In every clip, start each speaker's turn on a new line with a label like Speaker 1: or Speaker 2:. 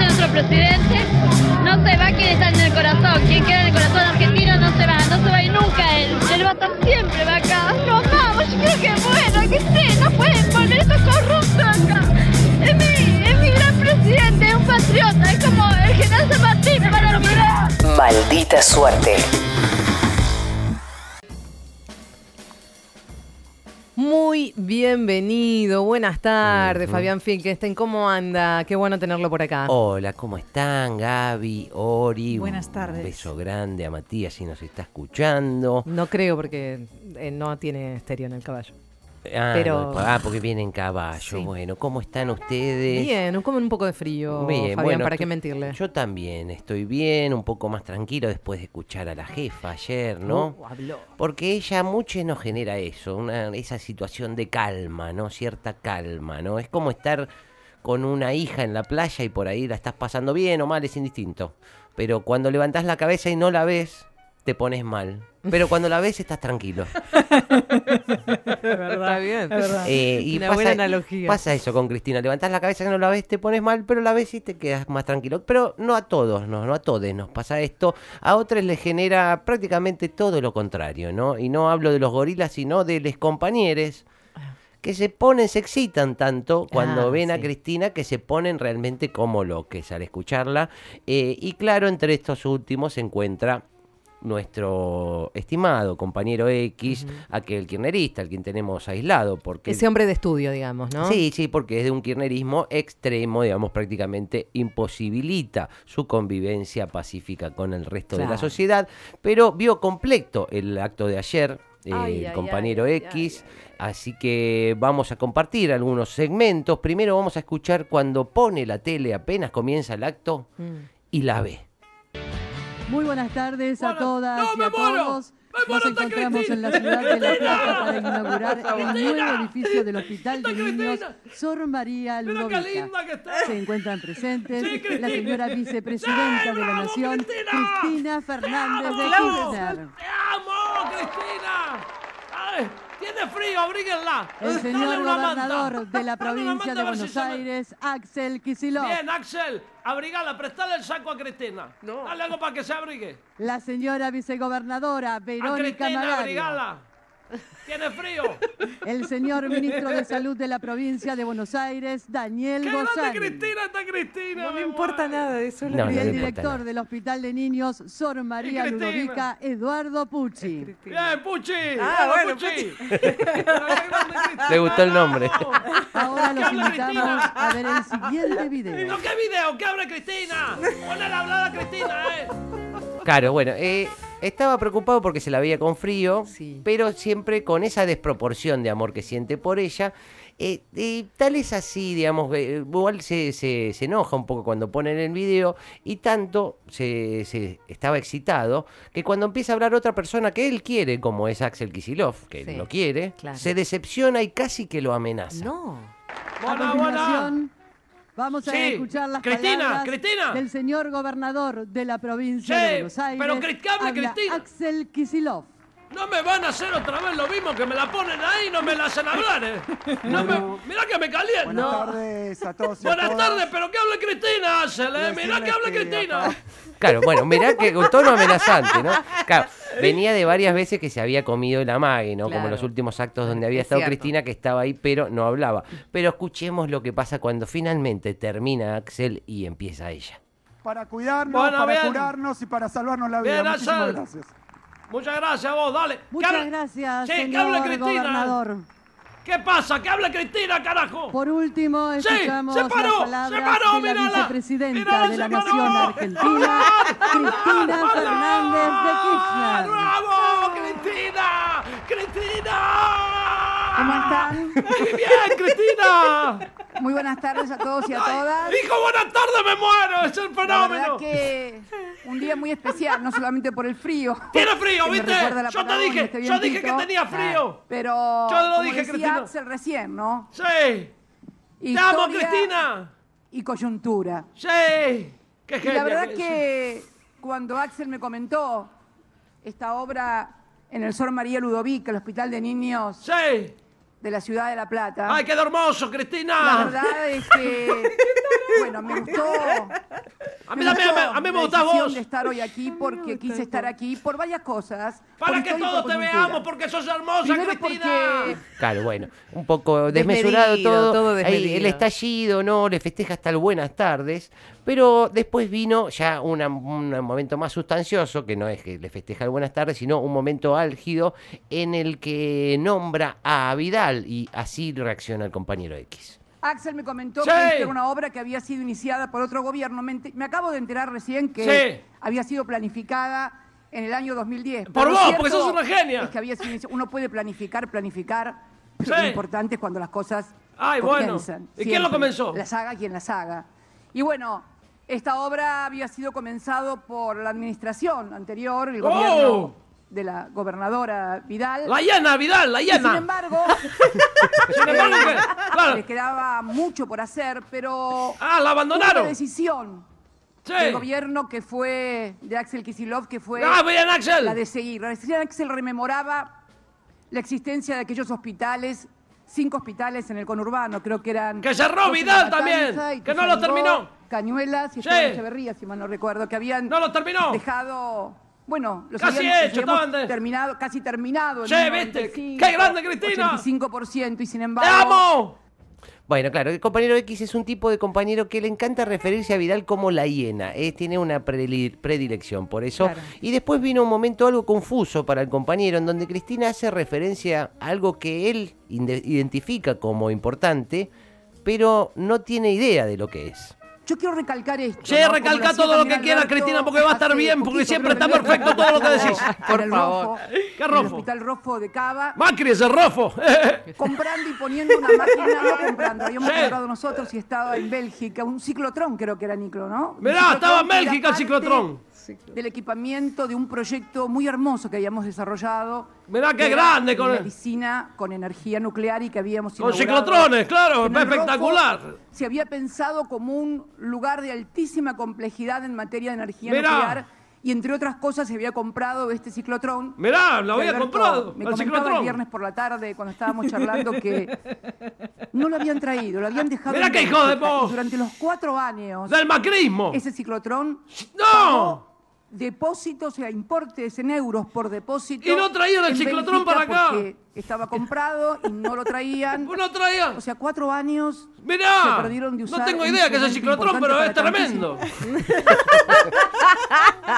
Speaker 1: presidente, no se va quien está en el corazón, quien queda en el corazón argentino no se va, no se va a ir nunca él, él va a estar siempre, va acá, lo amamos, yo creo que bueno, que sé, no pueden volver estos corruptos acá, es mi, es mi gran presidente, es un patriota, es como el general San Martín para mí.
Speaker 2: Maldita suerte.
Speaker 3: Muy bienvenido, buenas tardes, Fabián Finkenstein, ¿cómo anda? Qué bueno tenerlo por acá.
Speaker 4: Hola, ¿cómo están? Gaby, Ori.
Speaker 5: Buenas tardes.
Speaker 4: Un beso grande a Matías si nos está escuchando.
Speaker 3: No creo porque eh, no tiene estéreo en el caballo.
Speaker 4: Ah,
Speaker 3: Pero-
Speaker 4: no, ah, porque viene en caballo.
Speaker 3: Sí.
Speaker 4: Bueno, ¿cómo están ustedes?
Speaker 3: Bien, un- como un poco de frío,
Speaker 4: Bien,
Speaker 3: Fabián,
Speaker 4: bueno,
Speaker 3: ¿para
Speaker 4: estoy-
Speaker 3: qué mentirle?
Speaker 4: Yo también estoy bien, un poco más tranquilo después de escuchar a la jefa ayer, ¿no?
Speaker 3: Uh, habló.
Speaker 4: Porque ella mucho nos genera eso, una, esa situación de calma, ¿no? Cierta calma, ¿no? Es como estar con una hija en la playa y por ahí la estás pasando bien o mal, es indistinto. Pero cuando levantás la cabeza y no la ves, te pones mal. Pero cuando la ves estás tranquilo.
Speaker 3: Está bien.
Speaker 5: Es verdad.
Speaker 4: Eh, y
Speaker 3: Una
Speaker 4: pasa,
Speaker 3: buena analogía.
Speaker 4: pasa eso con Cristina. Levantás la cabeza que no la ves, te pones mal, pero la ves y te quedas más tranquilo. Pero no a todos, no, no a todos nos pasa esto. A otros les genera prácticamente todo lo contrario, ¿no? Y no hablo de los gorilas, sino de los compañeros que se ponen, se excitan tanto cuando
Speaker 3: Ah,
Speaker 4: ven a
Speaker 3: sí.
Speaker 4: Cristina que se ponen realmente como lo que es al escucharla. Eh, y claro, entre estos últimos se encuentra nuestro estimado compañero X, aquel kirnerista, al quien tenemos aislado, porque...
Speaker 3: Ese hombre de estudio, digamos, ¿no?
Speaker 4: Sí, sí, porque es de un kirnerismo extremo, digamos, prácticamente imposibilita su convivencia pacífica con el resto de la
Speaker 3: Claro.
Speaker 4: sociedad, pero vio completo el acto de ayer, eh,
Speaker 3: Ay,
Speaker 4: el
Speaker 3: ay,
Speaker 4: compañero
Speaker 3: ay,
Speaker 4: X, así que vamos a compartir algunos segmentos. Primero vamos a escuchar cuando pone la tele, apenas comienza el acto,
Speaker 3: Mm.
Speaker 4: y la ve.
Speaker 5: Muy buenas tardes a todas y a todos. Nos encontramos en la ciudad de La Plata para inaugurar el nuevo edificio del Hospital de Niños Sor María Ludovica. Se encuentran presentes la señora vicepresidenta de la Nación, Cristina Fernández de Kirchner.
Speaker 6: ¡Te amo, Cristina! Ay, tiene frío, abríguenla.
Speaker 5: El
Speaker 6: Dale
Speaker 5: señor
Speaker 6: una manta.
Speaker 5: gobernador de la
Speaker 6: Dale una
Speaker 5: provincia
Speaker 6: manta
Speaker 5: de
Speaker 6: a ver si
Speaker 5: Buenos
Speaker 6: se me-
Speaker 5: Aires, Axel Kicillof.
Speaker 6: Bien, Axel, abrigala, prestale el saco a Cristina. Dale algo para que se abrigue.
Speaker 5: La señora vicegobernadora
Speaker 6: A
Speaker 5: Verónica
Speaker 6: Cristina,
Speaker 5: Magario.
Speaker 6: abrigala. Tiene frío.
Speaker 5: El señor ministro de Salud de la provincia de Buenos Aires,
Speaker 6: ¡Qué
Speaker 5: Daniel
Speaker 6: grande
Speaker 5: Gozani.
Speaker 6: Cristina está Cristina!
Speaker 7: No me
Speaker 6: mi
Speaker 7: importa
Speaker 6: amor.
Speaker 7: nada de eso.
Speaker 4: No, no
Speaker 5: Y
Speaker 4: le
Speaker 5: el
Speaker 4: importa nada.
Speaker 5: director del Hospital de Niños, Sor María
Speaker 6: Y Cristina.
Speaker 5: Ludovica, Eduardo Pucci.
Speaker 6: Bien, Puchi.
Speaker 7: Ah,
Speaker 6: Hola,
Speaker 7: bueno,
Speaker 6: Puchi. Pero qué grande Cristina.
Speaker 4: Le gustó el nombre.
Speaker 5: Ahora
Speaker 6: ¿Qué
Speaker 5: los
Speaker 6: habla
Speaker 5: invitamos
Speaker 6: Cristina?
Speaker 5: a ver el siguiente video.
Speaker 6: No, qué video, que abre Cristina. Ponle la hablada a Cristina, eh.
Speaker 4: Claro, bueno, eh, estaba preocupado porque se la veía con frío,
Speaker 3: Sí.
Speaker 4: pero siempre con esa desproporción de amor que siente por ella. Eh, eh, tal es así, digamos, eh, igual se, se- se enoja un poco cuando ponen el video y tanto se, se estaba excitado que cuando empieza a hablar otra persona que él quiere, como es Axel Kisilov, que
Speaker 3: Sí,
Speaker 4: él no quiere,
Speaker 3: claro.
Speaker 4: se decepciona y casi que lo amenaza.
Speaker 3: No.
Speaker 5: A
Speaker 6: Buena, buena.
Speaker 5: continuación, vamos a
Speaker 6: Sí.
Speaker 5: escuchar las
Speaker 6: Cristina,
Speaker 5: palabras
Speaker 6: Cristina.
Speaker 5: del señor gobernador de la provincia
Speaker 6: Sí,
Speaker 5: de Buenos Aires.
Speaker 6: pero Cris- que hable
Speaker 5: Habla
Speaker 6: Cristina.
Speaker 5: Axel Kicillof.
Speaker 6: No me van a hacer otra vez lo mismo que me la ponen ahí y no me la hacen hablar, eh. No me, mirá que me caliento.
Speaker 8: Buenas tardes a todos. y a
Speaker 6: Buenas
Speaker 8: todas.
Speaker 6: tardes, pero que hable Cristina, Axel, eh. Mirá que habla
Speaker 8: Decirles que
Speaker 6: Cristina.
Speaker 8: acá-
Speaker 4: Claro, bueno, mirá que con tono amenazante, ¿no? Claro, venía de varias veces que se había comido el amague, ¿no? Como
Speaker 3: Claro.
Speaker 4: los últimos actos donde había
Speaker 3: Es
Speaker 4: estado
Speaker 3: cierto.
Speaker 4: Cristina, que estaba ahí, pero no hablaba. Pero escuchemos lo que pasa cuando finalmente termina Axel y empieza ella.
Speaker 8: Para cuidarnos,
Speaker 6: Bueno,
Speaker 8: para
Speaker 6: bien.
Speaker 8: curarnos y para salvarnos la vida.
Speaker 6: Bien,
Speaker 8: Muchísimas
Speaker 6: Axel.
Speaker 8: gracias.
Speaker 6: Muchas gracias a vos, dale. Que
Speaker 5: Muchas
Speaker 6: hable-
Speaker 5: gracias,
Speaker 6: Sí, que hable
Speaker 5: señor
Speaker 6: Cristina.
Speaker 5: gobernador.
Speaker 6: ¿Qué pasa? Que hable Cristina, carajo.
Speaker 5: Por último,
Speaker 6: Sí,
Speaker 5: escuchamos
Speaker 6: se paró,
Speaker 5: las
Speaker 6: se
Speaker 5: palabras de
Speaker 6: paró,
Speaker 5: la
Speaker 6: mírala.
Speaker 5: vicepresidenta
Speaker 6: Mírala,
Speaker 5: de
Speaker 6: se
Speaker 5: la
Speaker 6: paró.
Speaker 5: Nación Argentina, Cristina
Speaker 6: ¡Ah,
Speaker 5: Fernández de Kirchner.
Speaker 6: ¡Bravo, Cristina! ¡Cristina!
Speaker 9: ¿Cómo están?
Speaker 6: ¡Muy bien, Cristina!
Speaker 9: Muy buenas tardes a todos y a todas.
Speaker 6: Dijo buenas tardes, me muero, es el
Speaker 9: La verdad
Speaker 6: fenómeno.
Speaker 9: que un día muy especial, no solamente por el frío.
Speaker 6: Tiene frío,
Speaker 9: que me
Speaker 6: ¿viste?
Speaker 9: recuerda la
Speaker 6: Yo te
Speaker 9: Patagonia,
Speaker 6: dije,
Speaker 9: este
Speaker 6: yo dije
Speaker 9: vientito. Ah.
Speaker 6: que tenía frío.
Speaker 9: Pero
Speaker 6: Yo lo
Speaker 9: como
Speaker 6: dije,
Speaker 9: decía
Speaker 6: Cristina.
Speaker 9: Axel recién, ¿no?
Speaker 6: Sí. ¡Te
Speaker 9: Historia
Speaker 6: amo, Cristina!
Speaker 9: Y coyuntura.
Speaker 6: ¡Sí! ¡Qué
Speaker 9: Y
Speaker 6: genia,
Speaker 9: la verdad
Speaker 6: Cris.
Speaker 9: que cuando Axel me comentó esta obra en el Sor María Ludovica, el Hospital de Niños
Speaker 6: ¡Sí!
Speaker 9: de la ciudad de La Plata.
Speaker 6: ¡Ay, ah. quedó hermoso,
Speaker 9: Ah. La
Speaker 6: Cristina!
Speaker 9: verdad es que, bueno, me gustó.
Speaker 6: A mí también me- a mí me
Speaker 9: la
Speaker 6: gustás
Speaker 9: decisión
Speaker 6: vos.
Speaker 9: de estar hoy aquí porque quise estar aquí por varias cosas. por
Speaker 6: ¡Para que
Speaker 9: historia y
Speaker 6: todos
Speaker 9: por
Speaker 6: te
Speaker 9: coyuntura.
Speaker 6: veamos, porque sos hermosa,
Speaker 9: Primero
Speaker 6: Cristina!
Speaker 9: porque
Speaker 4: Claro, bueno, un poco desmesurado
Speaker 3: Desmedido,
Speaker 4: todo.
Speaker 3: todo
Speaker 4: Ahí
Speaker 3: desmedido.
Speaker 4: el estallido, ¿no? Le festeja hasta el buenas tardes. Pero después vino ya una- un momento más sustancioso, que no es que le festeja el buenas tardes, sino un momento álgido en el que nombra a Vidal y así reacciona el compañero X.
Speaker 9: Axel me comentó
Speaker 6: Sí.
Speaker 9: que era una obra que había sido iniciada por otro gobierno. Me, ente- me acabo de enterar recién que
Speaker 6: Sí.
Speaker 9: había sido planificada en el año 2010.
Speaker 6: Por
Speaker 9: Pero lo
Speaker 6: vos,
Speaker 9: cierto
Speaker 6: porque sos una genia.
Speaker 9: Es que había sido inici- Uno puede planificar, planificar. pero
Speaker 6: Sí.
Speaker 9: Lo importante es cuando las cosas
Speaker 6: Ay, bueno.
Speaker 9: comienzan.
Speaker 6: ¿Y quién lo comenzó?
Speaker 9: La saga, quien la saga. Y bueno, esta obra había sido comenzado por la administración anterior, el
Speaker 6: Oh.
Speaker 9: gobierno de la gobernadora Vidal.
Speaker 6: ¡La llena, Vidal, la
Speaker 9: Y sin
Speaker 6: llena!
Speaker 9: embargo,
Speaker 6: Sin embargo, que- claro.
Speaker 9: les quedaba mucho por hacer, pero
Speaker 6: ¡Ah, la
Speaker 9: una
Speaker 6: abandonaron! ¡Sí!
Speaker 9: decisión del gobierno que fue de Axel Kisilov, que fue
Speaker 6: ¡Ah, bien,
Speaker 9: la de
Speaker 6: Axel!
Speaker 9: seguir. La decisión de Axel rememoraba la existencia de aquellos hospitales, cinco hospitales en el conurbano, creo que eran...
Speaker 6: Que
Speaker 9: dos
Speaker 6: cerró
Speaker 9: en
Speaker 6: Vidal
Speaker 9: La Matanza
Speaker 6: también,
Speaker 9: y
Speaker 6: que no los
Speaker 9: Tuzangó,
Speaker 6: terminó.
Speaker 9: Cañuelas y
Speaker 6: Sí.
Speaker 9: Esteban Echeverría, si mal no recuerdo, que habían
Speaker 6: ¡No los terminó!
Speaker 9: dejado... Bueno, los
Speaker 6: Casi
Speaker 9: habían- los
Speaker 6: hecho,
Speaker 9: habíamos
Speaker 6: estaban de-
Speaker 9: terminado, casi terminado. en
Speaker 6: Sí,
Speaker 9: un
Speaker 6: viste,
Speaker 9: 95,
Speaker 6: qué grande, Cristina.
Speaker 9: 85% y sin
Speaker 6: ¡Te
Speaker 9: embargo...
Speaker 6: amo!
Speaker 4: Bueno, claro, el compañero X es un tipo de compañero que le encanta referirse a Vidal como la hiena, eh, tiene una preli- predilección por eso.
Speaker 9: Claro.
Speaker 4: Y después vino un momento algo confuso para el compañero, en donde Cristina hace referencia a algo que él inde- identifica como importante, pero no tiene idea de lo que es.
Speaker 9: Yo quiero recalcar esto.
Speaker 6: Sí,
Speaker 9: ¿no? Como
Speaker 6: recalca
Speaker 9: hacía
Speaker 6: todo lo que
Speaker 9: también
Speaker 6: quiera,
Speaker 9: Alberto
Speaker 6: Cristina, porque va a estar
Speaker 9: hace
Speaker 6: bien, porque
Speaker 9: poquito,
Speaker 6: siempre
Speaker 9: creo
Speaker 6: está perfecto todo lo que decís.
Speaker 9: Por el
Speaker 3: favor.
Speaker 9: Rofo,
Speaker 6: ¿Qué
Speaker 9: en
Speaker 6: Rofo?
Speaker 9: El hospital Rofo de Cava,
Speaker 6: ¡Macri ese rofo!
Speaker 9: comprando y poniendo una máquina, no comprando. Habíamos
Speaker 6: Sí.
Speaker 9: comprado nosotros y estaba en Bélgica, un ciclotrón creo que era Niclo, ¿no? Un
Speaker 6: Mirá, estaba en
Speaker 9: ciclotrón que era
Speaker 6: Bélgica el
Speaker 9: parte
Speaker 6: ciclotrón.
Speaker 9: Del equipamiento de un proyecto muy hermoso que habíamos desarrollado.
Speaker 6: Mirá qué
Speaker 9: que era
Speaker 6: grande
Speaker 9: de
Speaker 6: con el-
Speaker 9: medicina con energía nuclear y que habíamos
Speaker 6: Con
Speaker 9: inaugurado
Speaker 6: ciclotrones, claro,
Speaker 9: en el
Speaker 6: espectacular.
Speaker 9: Rofo se había pensado como un lugar de altísima complejidad en materia de energía
Speaker 6: Mirá.
Speaker 9: nuclear y entre otras cosas se había comprado este ciclotrón.
Speaker 6: Mirá, lo
Speaker 9: que
Speaker 6: había
Speaker 9: Alberto
Speaker 6: comprado,
Speaker 9: Me
Speaker 6: el
Speaker 9: comentaba
Speaker 6: ciclotrón.
Speaker 9: el viernes por la tarde cuando estábamos charlando que no lo habían traído, lo habían dejado.
Speaker 6: Mirá
Speaker 9: en
Speaker 6: qué hijo de
Speaker 9: Bélgica, y
Speaker 6: vos.
Speaker 9: Durante los cuatro años
Speaker 6: ¡Del macrismo!
Speaker 9: ese ciclotrón
Speaker 6: ¡No!
Speaker 9: pagó depósitos, o sea, importes en euros por depósito.
Speaker 6: Y no traían el
Speaker 9: en
Speaker 6: ciclotrón
Speaker 9: Bélgica
Speaker 6: para acá.
Speaker 9: porque estaba comprado y no lo traían.
Speaker 6: ¡Uno traía!
Speaker 9: O sea, cuatro años se
Speaker 6: ¡Mirá!
Speaker 9: perdieron de usar.
Speaker 6: No tengo
Speaker 9: un
Speaker 6: idea que es el
Speaker 9: instrumento
Speaker 6: ciclotrón, pero es
Speaker 9: importante para
Speaker 6: tremendo.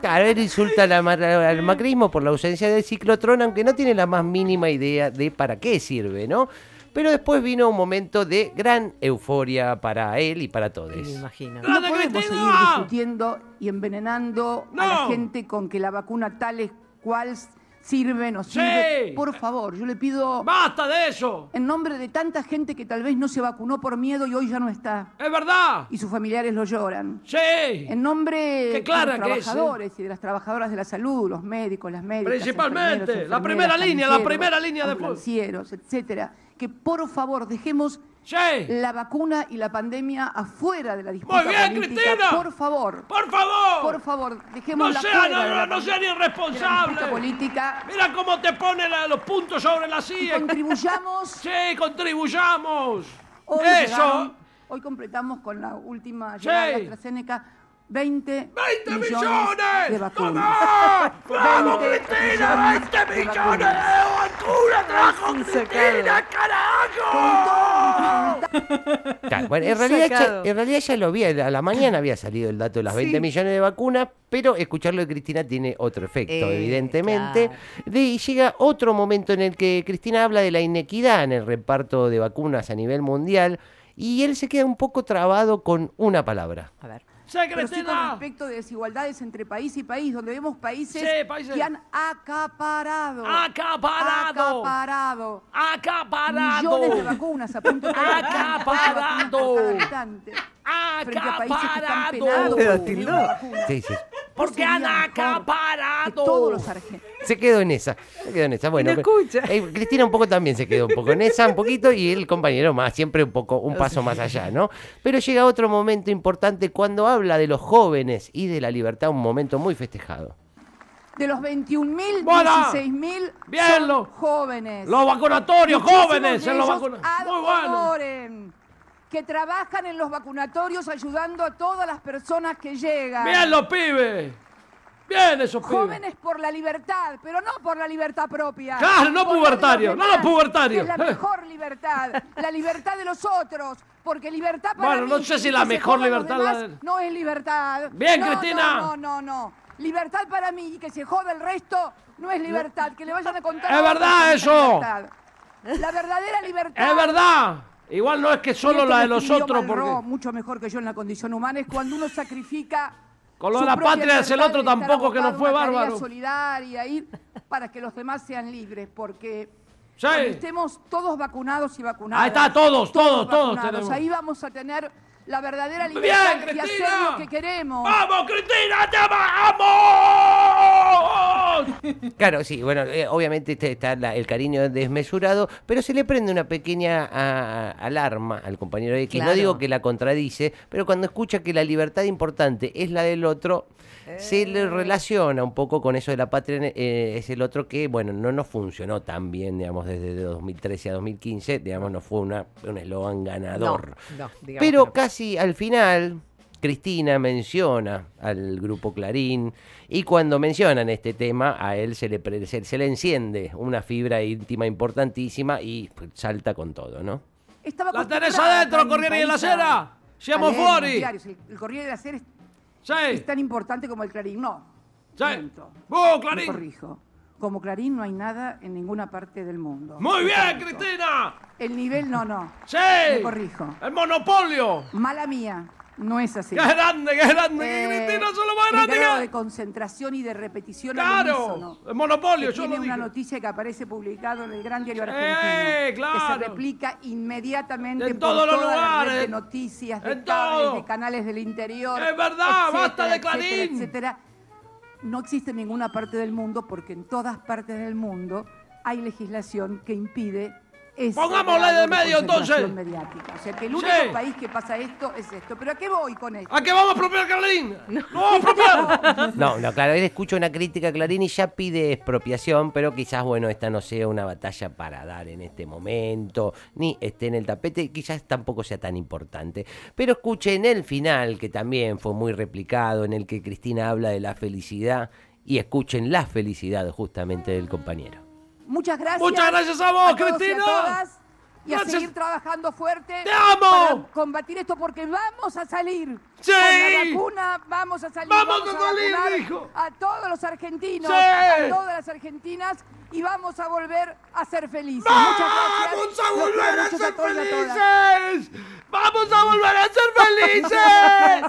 Speaker 4: Claro, él insulta al, ama- al macrismo por la ausencia del ciclotrón, aunque no tiene la más mínima idea de para qué sirve, ¿no? Pero después vino un momento de gran euforia para él y para todos.
Speaker 3: Me imagino.
Speaker 9: No
Speaker 6: ¡Grande
Speaker 9: podemos seguir
Speaker 6: Cristina!
Speaker 9: discutiendo y envenenando a
Speaker 6: No.
Speaker 9: la gente con que la vacuna tal es cual sirve, no sirve.
Speaker 6: Sí.
Speaker 9: Por favor, yo le pido,
Speaker 6: ¡Basta de eso!
Speaker 9: en nombre de tanta gente que tal vez no se vacunó por miedo y hoy ya no está,
Speaker 6: ¡Es verdad!
Speaker 9: y sus familiares lo lloran.
Speaker 6: ¡Sí!
Speaker 9: En nombre de
Speaker 6: clara
Speaker 9: los
Speaker 6: que es, ¿eh?
Speaker 9: trabajadores y de las trabajadoras de la salud, los médicos, las médicas.
Speaker 6: Principalmente,
Speaker 9: enfermeros,
Speaker 6: la
Speaker 9: enfermeras,
Speaker 6: primera línea, la
Speaker 9: camilleros,
Speaker 6: primera línea de fuego.
Speaker 9: ambulancieros, etcétera. Que por favor dejemos
Speaker 6: ¡Sí!
Speaker 9: la vacuna y la pandemia afuera de la disputa
Speaker 6: Muy bien,
Speaker 9: política.
Speaker 6: Cristina.
Speaker 9: Por favor,
Speaker 6: ¡Por favor!
Speaker 9: por favor, dejemos
Speaker 6: ¡No
Speaker 9: la
Speaker 6: sean,
Speaker 9: fuera de la,
Speaker 6: no, no sean
Speaker 9: de la disputa
Speaker 6: irresponsables!
Speaker 9: política
Speaker 6: Mira cómo te pone la- los puntos sobre la
Speaker 9: y
Speaker 6: silla.
Speaker 9: contribuyamos.
Speaker 6: ¡Sí, contribuyamos!
Speaker 9: Hoy
Speaker 6: ¡Eso!
Speaker 9: llegaron- hoy completamos con la última llegada de
Speaker 6: Sí.
Speaker 9: AstraZeneca 20,
Speaker 6: ¡20
Speaker 9: millones, de
Speaker 6: millones!
Speaker 9: vacunas.
Speaker 6: ¡Toma! ¡Vamos,
Speaker 9: 20
Speaker 6: Cristina!
Speaker 9: millones
Speaker 6: ¡20
Speaker 9: de
Speaker 6: millones de
Speaker 9: vacunas.
Speaker 6: vacunas trajo
Speaker 3: Recién sacado.
Speaker 6: Cristina, carajo!
Speaker 4: Claro, bueno, en, realidad
Speaker 3: Sacado.
Speaker 4: ya, en realidad ya lo vi, a la mañana había salido el dato de las 20 millones de vacunas, pero escucharlo de Cristina tiene otro efecto,
Speaker 3: Eh,
Speaker 4: evidentemente.
Speaker 3: claro.
Speaker 4: De- y llega otro momento en el que Cristina habla de la inequidad en el reparto de vacunas a nivel mundial y él se queda un poco trabado con una palabra.
Speaker 3: A ver.
Speaker 6: ¡Sí,
Speaker 9: Pero sí con
Speaker 6: Cristina!
Speaker 9: respecto de desigualdades entre país y país, donde vemos países,
Speaker 6: Sí, países.
Speaker 9: que han acaparado,
Speaker 6: ¡Acaparado!
Speaker 9: acaparado
Speaker 6: ¡Acaparado!
Speaker 9: millones de vacunas a punto de tener
Speaker 6: Acaparado.
Speaker 9: cuatro vacunas por cada habitante, frente a países que están penados
Speaker 6: ¡Acaparado!
Speaker 3: Te lo
Speaker 9: por tener una vacuna.
Speaker 4: Sí, sí.
Speaker 6: Porque
Speaker 9: ¿No
Speaker 6: han
Speaker 9: sería mejor que
Speaker 6: acaparado.
Speaker 9: Todos los argentinos.
Speaker 4: Se quedó en esa, se quedó en esa. Bueno,
Speaker 3: No
Speaker 4: pero-
Speaker 3: escucha.
Speaker 4: eh, Cristina un poco también se quedó un poco en esa, un poquito, y el compañero más, siempre un poco, un paso más allá, ¿no? Pero llega otro momento importante cuando habla de los jóvenes y de la libertad, un momento muy festejado.
Speaker 9: de los 21.000,
Speaker 6: Buena.
Speaker 9: 16.000
Speaker 6: Bien,
Speaker 9: son
Speaker 6: lo-
Speaker 9: jóvenes.
Speaker 6: Los vacunatorios,
Speaker 9: Muchísimos
Speaker 6: jóvenes,
Speaker 9: de
Speaker 6: en los
Speaker 9: ellos
Speaker 6: vacunatorios. Muy bueno.
Speaker 9: adolescentes Que trabajan en los vacunatorios ayudando a todas las personas que llegan.
Speaker 6: Bien los pibes. Bien esos pibes.
Speaker 9: Jóvenes por la libertad, pero no por la libertad propia.
Speaker 6: Claro, no
Speaker 9: Por la de
Speaker 6: pubertario, no
Speaker 9: demás,
Speaker 6: los pubertarios.
Speaker 9: que Es la mejor libertad, la libertad de los otros, porque libertad para
Speaker 6: Bueno, no
Speaker 9: mí,
Speaker 6: sé si
Speaker 9: que
Speaker 6: la
Speaker 9: se
Speaker 6: mejor
Speaker 9: jodan los
Speaker 6: libertad la
Speaker 9: demás,
Speaker 6: de-
Speaker 9: no es libertad.
Speaker 6: Bien,
Speaker 9: No,
Speaker 6: Cristina.
Speaker 9: No, no, no, no. Libertad para mí y que se joda el resto no es libertad. Que le vayan a contar.
Speaker 6: Es
Speaker 9: a otros
Speaker 6: verdad
Speaker 9: que es
Speaker 6: eso.
Speaker 9: libertad. La verdadera libertad.
Speaker 6: Es verdad. Igual no es que
Speaker 9: Y
Speaker 6: solo
Speaker 9: esto
Speaker 6: la
Speaker 9: lo
Speaker 6: de los
Speaker 9: escribió
Speaker 6: otros,
Speaker 9: Malraux,
Speaker 6: porque
Speaker 9: mucho mejor que yo en la condición humana es cuando uno sacrifica
Speaker 6: Con lo
Speaker 9: su
Speaker 6: de la
Speaker 9: propia
Speaker 6: patria es el
Speaker 9: libertad
Speaker 6: otro
Speaker 9: de estar
Speaker 6: tampoco, que no
Speaker 9: abocado a
Speaker 6: fue
Speaker 9: una tarea
Speaker 6: bárbaro.
Speaker 9: solidaria ir para que los demás sean libres porque
Speaker 6: Sí.
Speaker 9: cuando estemos todos vacunados y vacunadas.
Speaker 6: Ahí está, todos, todos, todos
Speaker 9: vacunados,
Speaker 6: tenemos.
Speaker 9: Ahí vamos a tener la verdadera
Speaker 6: Muy
Speaker 9: libertad
Speaker 6: bien,
Speaker 9: y hacer
Speaker 6: Cristina.
Speaker 9: lo que queremos.
Speaker 6: ¡Vamos, Cristina! ¡Te amamos!
Speaker 4: Claro, sí, bueno, eh, obviamente este está la- el cariño desmesurado, pero se le prende una pequeña ah, alarma al compañero X. No
Speaker 3: Claro.
Speaker 4: digo que la contradice, pero cuando escucha que la libertad importante es la del otro, se
Speaker 3: Eh.
Speaker 4: le relaciona un poco con eso de la patria, eh, es el otro que, bueno, no nos funcionó tan bien, digamos, desde 2013 a 2015, digamos, no fue una, un eslogan ganador.
Speaker 3: No, no, digamos
Speaker 4: pero
Speaker 3: que no.
Speaker 4: casi al final, Cristina menciona al grupo Clarín y cuando mencionan este tema, a él se le, pre- se, se le enciende una fibra íntima importantísima y pues, salta con todo, ¿no?
Speaker 9: Estaba
Speaker 6: ¡La
Speaker 9: acostumbrada
Speaker 6: tenés
Speaker 9: acá
Speaker 6: adentro,
Speaker 9: en
Speaker 6: Corriere
Speaker 9: mi
Speaker 6: de la
Speaker 9: país
Speaker 6: Sera!
Speaker 9: a- a
Speaker 6: ¡Siamo
Speaker 9: leer los
Speaker 6: fuori!
Speaker 9: diarios. El, el Corriere de la Sera es,
Speaker 6: Sí,
Speaker 9: es tan importante como el Clarín. No.
Speaker 6: sí.
Speaker 9: Miento.
Speaker 6: ¡Oh,
Speaker 9: Me
Speaker 6: Clarín!
Speaker 9: corrijo. Como Clarín no hay nada en ninguna parte del mundo.
Speaker 6: ¡Muy bien,
Speaker 9: Correcto.
Speaker 6: Cristina!
Speaker 9: El nivel no, no.
Speaker 6: ¡Sí!
Speaker 9: Me corrijo.
Speaker 6: ¡El monopolio!
Speaker 9: Mala mía, no es así.
Speaker 6: ¡Qué grande, qué grande! que
Speaker 9: Eh,
Speaker 6: ¡Cristina es lo más
Speaker 9: el
Speaker 6: grande!
Speaker 9: grado
Speaker 6: que-
Speaker 9: de concentración y de repetición al
Speaker 6: ¡Claro!
Speaker 9: unísono.
Speaker 6: ¡El monopolio!
Speaker 9: Que
Speaker 6: Yo lo
Speaker 9: tiene una
Speaker 6: dije.
Speaker 9: noticia que aparece publicado en el Gran Diario
Speaker 6: Eh,
Speaker 9: Argentino. Que
Speaker 6: claro.
Speaker 9: se replica inmediatamente
Speaker 6: En
Speaker 9: por
Speaker 6: todos los
Speaker 9: toda la
Speaker 6: lugares,
Speaker 9: red de
Speaker 6: en-
Speaker 9: noticias, de
Speaker 6: en
Speaker 9: cables,
Speaker 6: todo.
Speaker 9: de canales del interior.
Speaker 6: Es verdad, basta de
Speaker 9: etcétera,
Speaker 6: Clarín.
Speaker 9: etcétera. No existe en ninguna parte del mundo porque en todas partes del mundo hay legislación que impide ese
Speaker 6: Pongámosle
Speaker 9: grado
Speaker 6: de medio,
Speaker 9: concentración
Speaker 6: entonces.
Speaker 9: mediática. O sea, que el único
Speaker 6: Sí.
Speaker 9: país que pasa esto es esto. ¿Pero a qué voy con esto?
Speaker 6: ¿A qué vamos a apropiar, Clarín? ¡No, vamos a apropiar!
Speaker 4: No, no, claro, él escucha una crítica a Clarín y ya pide expropiación, pero quizás, bueno, esta no sea una batalla para dar en este momento, ni esté en el tapete, y quizás tampoco sea tan importante. Pero escuchen el final, que también fue muy replicado, en el que Cristina habla de la felicidad, y escuchen la felicidad justamente del compañero.
Speaker 9: Muchas gracias.
Speaker 6: Muchas gracias a vos,
Speaker 9: todos y a
Speaker 6: ¡Oh, Cristina.
Speaker 9: todas, y
Speaker 6: Gracias.
Speaker 9: a seguir trabajando fuerte.
Speaker 6: ¡Te amo!
Speaker 9: Para combatir esto porque vamos a salir.
Speaker 6: ¡Sí!
Speaker 9: Con la vacuna vamos a salir.
Speaker 6: ¡Vamos a salir,
Speaker 9: vacunar
Speaker 6: dijo!
Speaker 9: A todos los argentinos.
Speaker 6: ¡Sí!
Speaker 9: A todas las argentinas. Y vamos a volver a ser felices. Muchas gracias.
Speaker 6: ¡Vamos a
Speaker 9: Los quiero
Speaker 6: volver a
Speaker 9: mucho
Speaker 6: ser
Speaker 9: todos y a todas.
Speaker 6: felices! ¡Vamos a volver a ser felices!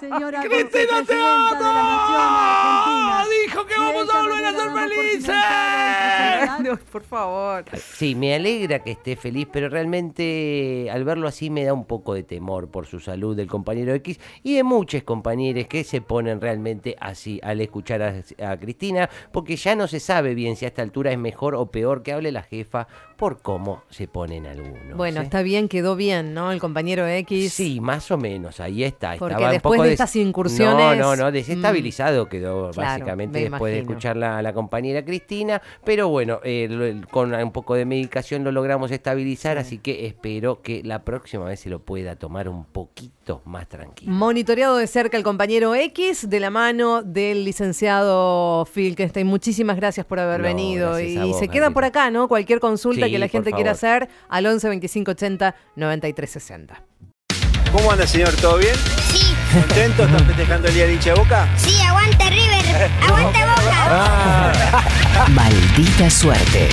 Speaker 5: Señora
Speaker 6: ¡Cristina, te
Speaker 5: vicepresidenta de la Nación
Speaker 6: amo!
Speaker 5: Argentina.
Speaker 6: ¡Dijo que vamos
Speaker 5: Derecha
Speaker 6: a volver a
Speaker 5: Rivera,
Speaker 6: ser
Speaker 5: la mejor presidenta de
Speaker 6: felices!
Speaker 5: la
Speaker 3: No, por favor.
Speaker 4: Ah, Sí, me alegra que esté feliz, pero realmente al verlo así me da un poco de temor por su salud del compañero X y de muchos compañeros que se ponen realmente así al escuchar a, a Cristina, porque ya no se sabe bien si a esta altura es mejor o peor que hable la jefa por cómo se ponen algunos.
Speaker 3: Bueno,
Speaker 4: ¿eh?
Speaker 3: está bien, quedó bien, ¿no? El compañero X.
Speaker 4: Sí, más o menos, ahí está.
Speaker 3: Porque
Speaker 4: estaba un
Speaker 3: después
Speaker 4: poco
Speaker 3: de
Speaker 4: des-
Speaker 3: estas incursiones, mm,
Speaker 4: No, no, no, desestabilizado quedó
Speaker 3: Claro,
Speaker 4: básicamente
Speaker 3: me
Speaker 4: después de
Speaker 3: imagino.
Speaker 4: escuchar la, la compañera Cristina. Pero bueno, eh, lo- con un poco de medicación lo logramos estabilizar, así que espero que la próxima vez se lo pueda tomar un poquito más tranquilo.
Speaker 3: Monitoreado de cerca el compañero X de la mano del licenciado Filkenstein. Muchísimas gracias por haber
Speaker 4: No,
Speaker 3: venido.
Speaker 4: gracias
Speaker 3: Y
Speaker 4: a vos,
Speaker 3: se queda por
Speaker 4: Gabriela.
Speaker 3: acá, ¿no? Cualquier consulta
Speaker 4: Sí,
Speaker 3: que la
Speaker 4: por
Speaker 3: gente quiera
Speaker 4: favor.
Speaker 3: hacer al 11 25 80 93 60.
Speaker 7: ¿Cómo anda, señor? ¿Todo bien?
Speaker 10: Sí,
Speaker 7: ¿Contento? ¿Están festejando el día de hincha de boca?
Speaker 10: sí, aguante River, aguante Boca.
Speaker 2: Maldita suerte.